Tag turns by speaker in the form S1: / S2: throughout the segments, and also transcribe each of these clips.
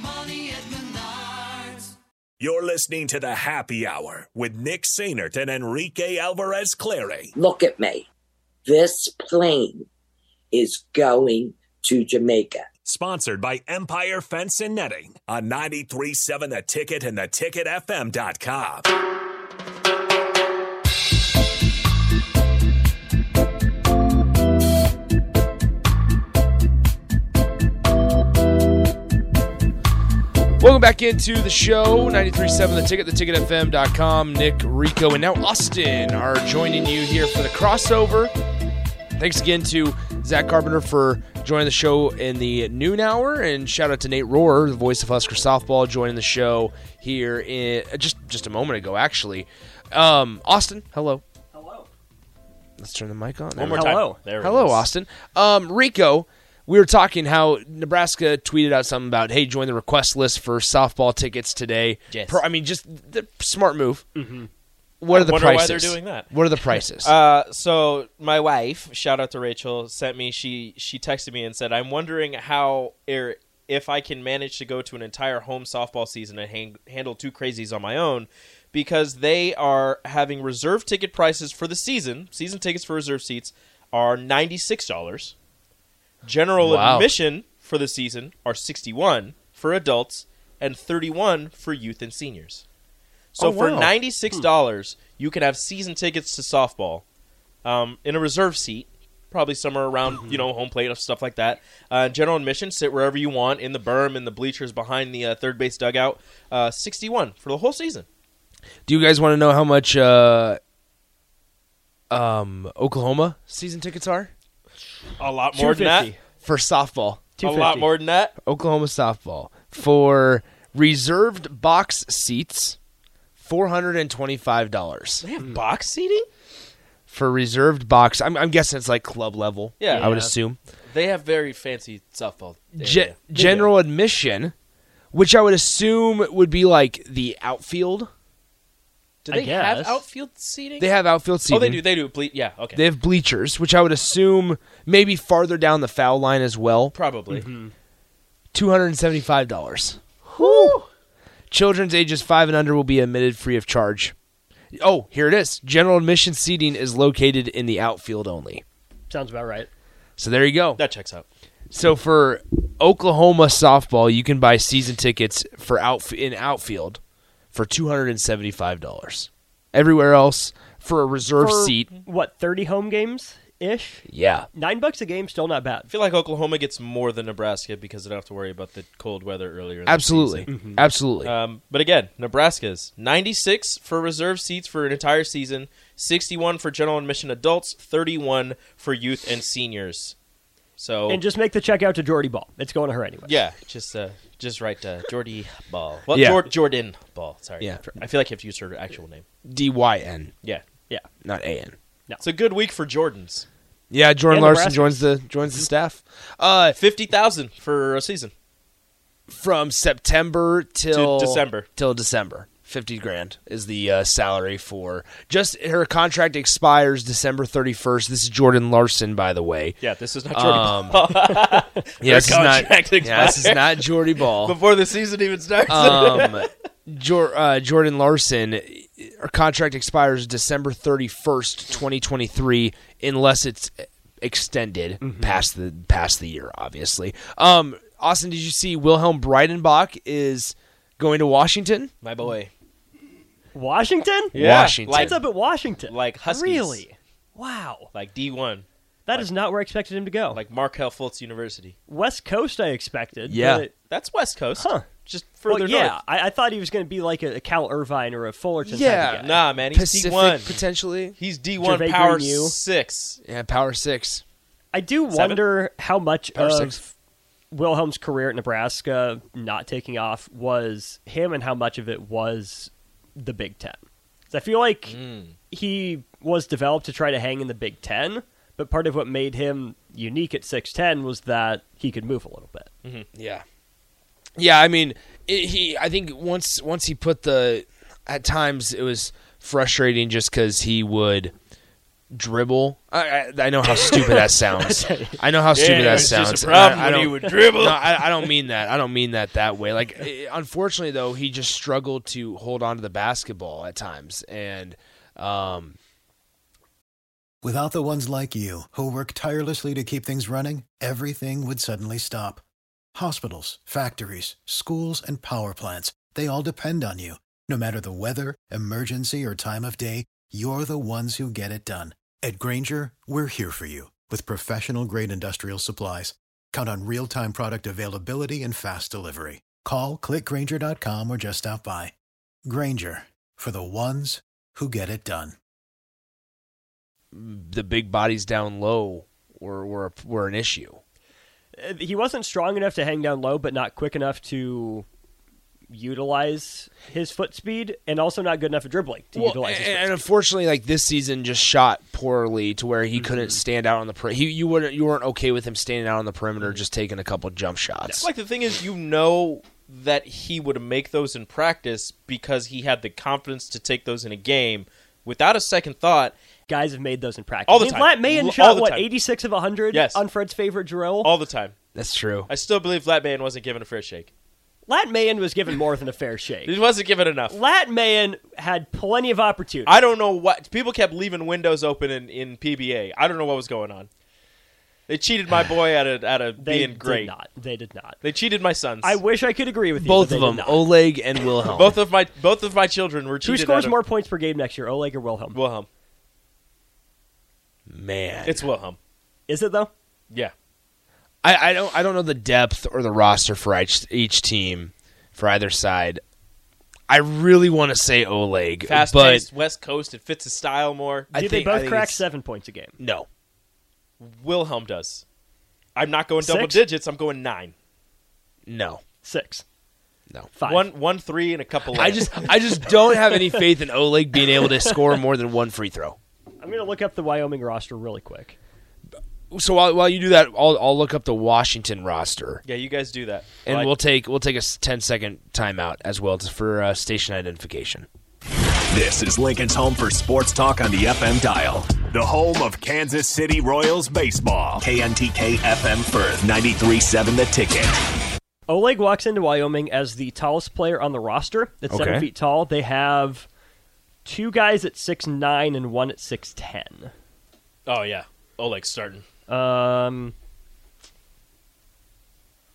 S1: money at Menards.
S2: You're listening to the Happy Hour with Nick Sainert and Enrique Alvarez Clary.
S3: Look at me. This plane is going to Jamaica.
S2: Sponsored by Empire Fence and Netting on 937 The Ticket and theticketfm.com.
S4: Welcome back into the show. 93.7 The Ticket, theticketfm.com. Nick, Rico, and now Austin are joining you here for the crossover. Thanks again to Zach Carpenter for joining the show in the noon hour, and shout out to Nate Rohrer, the voice of Husker softball, joining the show here in uh, just just a moment ago, actually. Um, Austin, hello. Hello. Let's turn the mic on. There we
S5: One more
S4: go.
S5: time.
S6: Hello.
S5: There it
S4: Hello,
S5: is.
S4: Austin. Um, Rico, we were talking how Nebraska tweeted out something about, hey, join the request list for softball tickets today.
S6: Yes.
S4: Pro- I mean, just the smart move. Mm-hmm. What are the
S5: wonder why
S4: prices?
S5: they're doing that.
S4: What are the prices?
S6: Uh, so my wife, shout out to Rachel, sent me. She she texted me and said, "I'm wondering how er, if I can manage to go to an entire home softball season and hang, handle two crazies on my own." Because they are having reserve ticket prices for the season. Season tickets for reserve seats are ninety six dollars. General
S4: Wow.
S6: admission for the season are sixty one for adults and thirty one for youth and seniors. So
S4: Oh,
S6: for
S4: wow.
S6: ninety six dollars, you can have season tickets to softball um, in a reserve seat, probably somewhere around you know home plate or stuff like that. Uh, general admission, sit wherever you want in the berm in the bleachers behind the uh, third base dugout. Uh, Sixty one for the whole season.
S4: Do you guys want to know how much uh, um, Oklahoma season tickets are
S6: A lot more than that.
S5: 250.
S4: for softball?
S6: A lot
S5: 250.
S6: more than that.
S4: Oklahoma softball for reserved box seats, four hundred and twenty-five dollars.
S6: They have box seating.
S4: for reserved box. I'm, I'm guessing it's like club level.
S6: Yeah.
S4: I would
S6: Yeah.
S4: assume
S6: They have very fancy softball.
S4: Ge-
S6: area.
S4: general admission, which I would assume would be like the outfield.
S6: Do
S5: I
S6: they have
S5: guess.
S6: outfield seating?
S4: They have outfield seating.
S6: oh, they do. They do. Ble- yeah. Okay.
S4: They have bleachers, which I would assume maybe farther down the foul line as well.
S6: Probably.
S4: Two hundred and seventy-five dollars. Children's ages five and under will be admitted free of charge. Oh, here it is. General admission seating is located in the outfield only.
S5: Sounds about right.
S4: So there you go.
S6: That checks out.
S4: So for Oklahoma softball, you can buy season tickets for out in outfield for two hundred and seventy five dollars. Everywhere else for a reserve
S5: For,
S4: seat,
S5: What, 30 home games ish?
S4: yeah,
S5: Nine bucks a game, still not
S6: I
S5: bad.
S6: feel like Oklahoma gets more than Nebraska because they don't have to worry about the cold weather earlier. in the
S4: absolutely,
S6: season.
S4: absolutely.
S6: Um, but again, Nebraska's 96 for reserve seats for an entire season, 61 for general admission adults, 31 for youth and seniors. So
S5: And just make the check out to Jordy Ball. It's going to her anyway.
S6: Oh. yeah, just uh, just right, uh, Jordy Ball. Well,
S4: Yeah.
S6: Jor- Jordan Ball. Sorry.
S4: Yeah.
S6: I feel like you have to use her actual name.
S4: D Y N,
S6: Yeah,
S5: Yeah.
S4: not A N.
S6: it's a good week for Jordans.
S4: Yeah, Jordan
S5: And
S4: Larson
S5: Nebraska.
S4: joins the joins the staff uh,
S6: 50,000 for a season.
S4: from September till
S6: December.
S4: Till December, fifty grand is the uh, salary for just her contract expires December thirty first. This is Jordan Larson, by the way.
S6: Yeah, this is not Jordy
S4: Um,
S6: Ball.
S4: yeah, this is not.
S6: contract
S4: Yeah, this is not
S6: expired.
S4: Jordy Ball.
S6: Um, Before the season even starts.
S4: Um, Jor, uh, Jordan Larson, her contract expires December thirty first, twenty twenty three, unless it's extended past the past the year, obviously. Um, Austin, did you see Wilhelm Breidenbach is going to Washington?
S6: My boy.
S5: Washington?
S4: Yeah. Washington.
S6: Like,
S5: What's up at Washington?
S6: Like Huskies.
S5: Really? Wow.
S6: like D1,
S5: that is not where I expected him to go.
S6: like Markel Fultz University.
S5: West Coast, I expected.
S4: Yeah.
S5: but-
S6: That's West Coast.
S5: Huh.
S6: Just further
S5: Well, yeah,
S6: north.
S5: I, I thought he was going to be like a, a Cal Irvine or a Fullerton.
S4: Yeah.
S5: type of guy.
S6: Nah, man, he's
S4: Pacific
S6: D1.
S4: potentially.
S6: He's D1
S5: Gervais
S6: Power
S5: Green U.
S6: 6.
S4: Yeah, Power Six.
S5: I do
S6: Seven?
S5: wonder how much
S4: Power
S5: of
S4: six.
S5: Wilhelm's career at Nebraska not taking off was him and how much of it was the Big Ten. 'Cause I feel like
S6: Mm.
S5: he was developed to try to hang in the Big Ten, but part of what made him unique at 6'10 was that he could move a little bit.
S4: Yeah, yeah. I mean, it, he. I think once once he put the, at times it was frustrating just because he would dribble. I, I, I know how stupid that sounds. I know how stupid that
S6: it's just a
S4: sounds.
S6: problem
S4: I,
S6: when
S4: don't-
S6: he would dribble.
S4: No, I, I don't mean that. I don't mean that that way. Like, eh, unfortunately, though, he just struggled to hold on to the basketball at times, and um,
S7: Without the ones like you, who work tirelessly to keep things running, everything would suddenly stop. Hospitals, factories, schools, and power plants, they all depend on you. No matter the weather, emergency, or time of day, you're the ones who get it done. At Granger, we're here for you with professional grade industrial supplies. Count on real time product availability and fast delivery. Call clickgranger.com or just stop by. Granger for the ones who get it done.
S4: the big bodies down low were were were an issue.
S5: Uh, He wasn't strong enough to hang down low, but not quick enough to utilize his foot speed, and also not good enough at dribbling to utilize
S4: and,
S5: his foot
S4: and
S5: speed.
S4: unfortunately, like this season, just shot poorly to where he
S5: Mm-hmm.
S4: couldn't stand out on the perimeter. He you wouldn't you weren't okay with him standing out on the perimeter,
S5: Mm-hmm.
S4: just taking a couple jump shots.
S6: Like the thing is, you know that he would make those in practice because he had the confidence to take those in a game without a second thought.
S5: Guys have made those in practice.
S6: All the
S5: I mean,
S6: time.
S5: Lat Mahan
S6: All
S5: shot,
S6: the
S5: what,
S6: time.
S5: 86 of 100
S6: Yes. Oh,
S5: on Fred's favorite drill?
S6: All the time.
S4: That's true.
S6: I still believe Latman wasn't given a fair shake.
S5: Lat Mahan was given more than a fair shake.
S6: He wasn't given enough.
S5: Lat Mahan had plenty of opportunity.
S6: I don't know what people kept leaving windows open in, in PBA. I don't know what was going on. They cheated my boy out of out of
S5: they
S6: being great.
S5: did not. They did not.
S6: They cheated my sons.
S5: I wish I could agree with you.
S4: Both
S5: but
S4: of
S5: they
S4: them,
S5: did not.
S4: Oleg and Wilhelm.
S6: both of my both of my children were
S5: Who
S6: cheated.
S5: scores
S6: out of-
S5: more points per game next year, Oleg or Wilhelm?
S6: Wilhelm.
S4: man.
S6: It's Wilhelm.
S5: Is it though?
S6: Yeah.
S4: I, I don't I don't know the depth or the roster for each each team for either side. I really want to say Oleg,
S6: Fast
S4: but
S6: paced West Coast. It fits his style more.
S4: I
S5: Did
S4: think-
S5: they
S4: I
S5: both
S4: think
S5: crack
S4: it's-
S5: seven points a game?
S4: no.
S6: Wilhelm does. I'm not going double
S5: Six?
S6: digits. I'm going nine.
S4: No.
S5: Six.
S4: No.
S5: Five.
S6: One one three and a couple.
S4: I
S6: left.
S4: just I just don't have any faith in Oleg being able to score more than one free throw.
S5: I'm gonna look up the Wyoming roster really quick.
S4: So while, while you do that, I'll, I'll look up the Washington roster,
S6: yeah. You guys do that.
S4: and
S6: Like,
S4: we'll take we'll take a s- 10 second timeout as well to, for uh, station identification.
S2: This is Lincoln's home for sports talk on the FM dial. The home of Kansas City Royals baseball. KNTK FM Firth 93.7 The Ticket.
S5: Oleg walks into Wyoming as the tallest player on the roster. That's
S4: Okay.
S5: seven feet tall. They have two guys at six nine and one at six ten.
S6: Oh yeah. Oleg's starting.
S5: Um,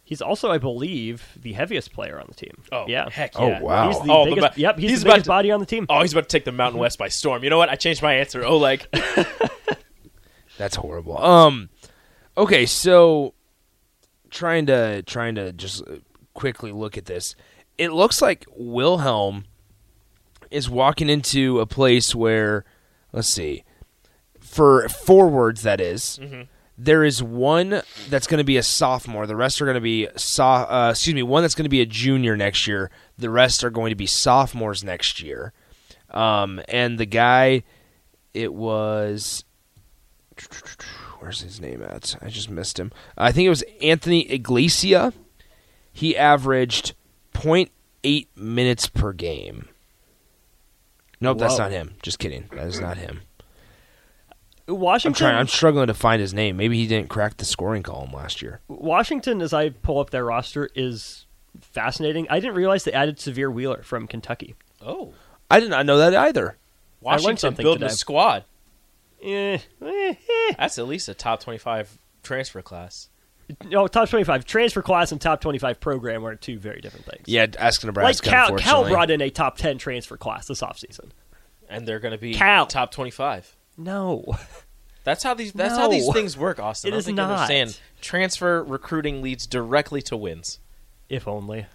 S5: he's also, I believe, the heaviest player on the team.
S6: Oh,
S5: yeah,
S6: heck
S4: Oh, yeah. wow.
S5: He's the
S6: Oh, but-
S5: biggest,
S6: but-
S5: yep, he's,
S6: he's
S5: the
S6: about
S5: biggest
S6: to-
S5: body on the team.
S6: Oh, he's about to take the Mountain West by storm. You know what? I changed my answer. Oleg.
S4: That's horrible. Um, okay, so trying to trying to just uh, quickly look at this. It looks like Wilhelm is walking into a place where, let's see, for forwards that is, there is one that's going to be a sophomore. The rest are going to be so, uh, excuse me, one that's going to be a junior next year. The rest are going to be sophomores next year. Um, and the guy, it was where's his name at? I just missed him. I think it was Anthony Iglesia. He averaged 0.8 minutes per game. Nope, that's
S5: Whoa.
S4: not him. Just kidding. That is not him. I'm
S5: Washington,
S4: trying. I'm struggling to find his name. Maybe he didn't crack the scoring column last year.
S5: Washington, as I pull up their roster, is fascinating. I didn't realize they added Severe Wheeler from Kentucky.
S6: oh.
S4: I did not know that either.
S6: Washington
S5: something
S6: building a
S5: today.
S6: squad.
S5: Eh, eh, eh.
S6: That's at least a top 25 transfer class.
S5: No, Oh, top twenty-five transfer class and top twenty-five program are two very different things.
S4: Yeah, ask
S5: like
S4: Nebraska.
S5: Cal, Cal
S4: unfortunately.
S5: brought in a top ten transfer class this offseason.
S6: And they're going to be
S5: Cal.
S6: top 25.
S5: No,
S6: That's how these that's how these
S5: No.
S6: things work, Austin.
S5: It
S6: I don't
S5: is
S6: think you
S5: not.
S6: understand. Transfer recruiting leads directly to wins.
S5: if only.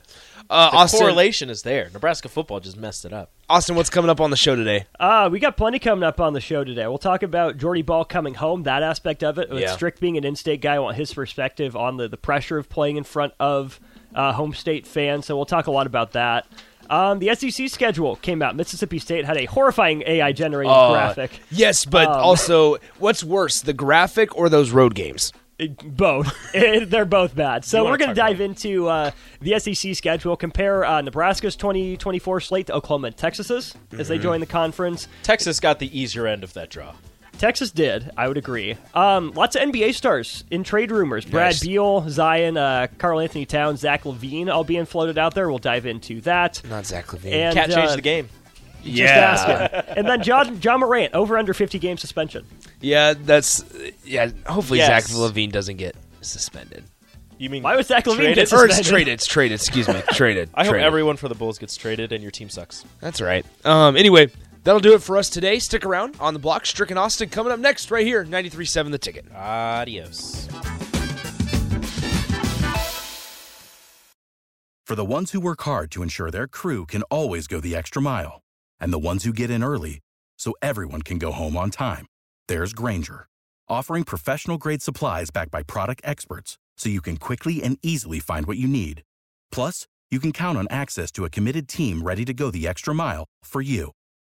S4: Uh,
S6: The
S4: Austin,
S6: correlation is there. Nebraska football just messed it up.
S4: Austin, what's coming up on the show today?
S5: Uh, we got plenty coming up on the show today. We'll talk about Jordy Ball coming home, that aspect of it. With
S4: Yeah.
S5: Strick being an in state guy, I want his perspective on the, the pressure of playing in front of uh, home state fans. So we'll talk a lot about that. Um, the SEC schedule came out. Mississippi State had a horrifying AI generated
S4: Uh,
S6: Oh,
S5: graphic.
S4: Yes, but
S5: Um,
S4: also, what's worse, the graphic or those road games?
S5: Both. Eh, They're both bad. So
S6: wanna
S5: we're going to
S6: talk about
S5: dive into uh, the SEC schedule, compare uh, Nebraska's 2024 slate to Oklahoma and Texas's as
S6: Mm-hmm.
S5: they join the conference.
S6: Texas got the easier end of that draw.
S5: Texas did. I would agree. Um, lots of NBA stars in trade rumors. Brad
S4: Nice.
S5: Beal, Zion, uh, Carl Anthony Towns, Zach Levine all being floated out there. We'll dive into that.
S4: Not Zach Levine.
S5: And,
S6: Cat changed
S5: uh,
S6: the game.
S5: Just asking. and then John John Morant over under 50 game suspension.
S4: yeah, that's yeah. Hopefully,
S6: Yes.
S4: Zach Levine doesn't get suspended.
S6: You mean
S5: Why was Zach Levine
S6: traded?
S5: get
S4: Or it's
S5: Suspended.
S4: traded. It's traded. Excuse me, traded.
S6: I hope
S4: traded.
S6: everyone for the Bulls gets traded and your team sucks.
S4: That's right. Um. Anyway, that'll do it for us today. Stick around on the block. Strick and Austin coming up next, right here, 93.7 The Ticket.
S6: Adios.
S8: For the ones who work hard to ensure their crew can always go the extra mile, and the ones who get in early so everyone can go home on time, there's Granger, offering professional grade supplies backed by product experts so you can quickly and easily find what you need. Plus, you can count on access to a committed team ready to go the extra mile for you.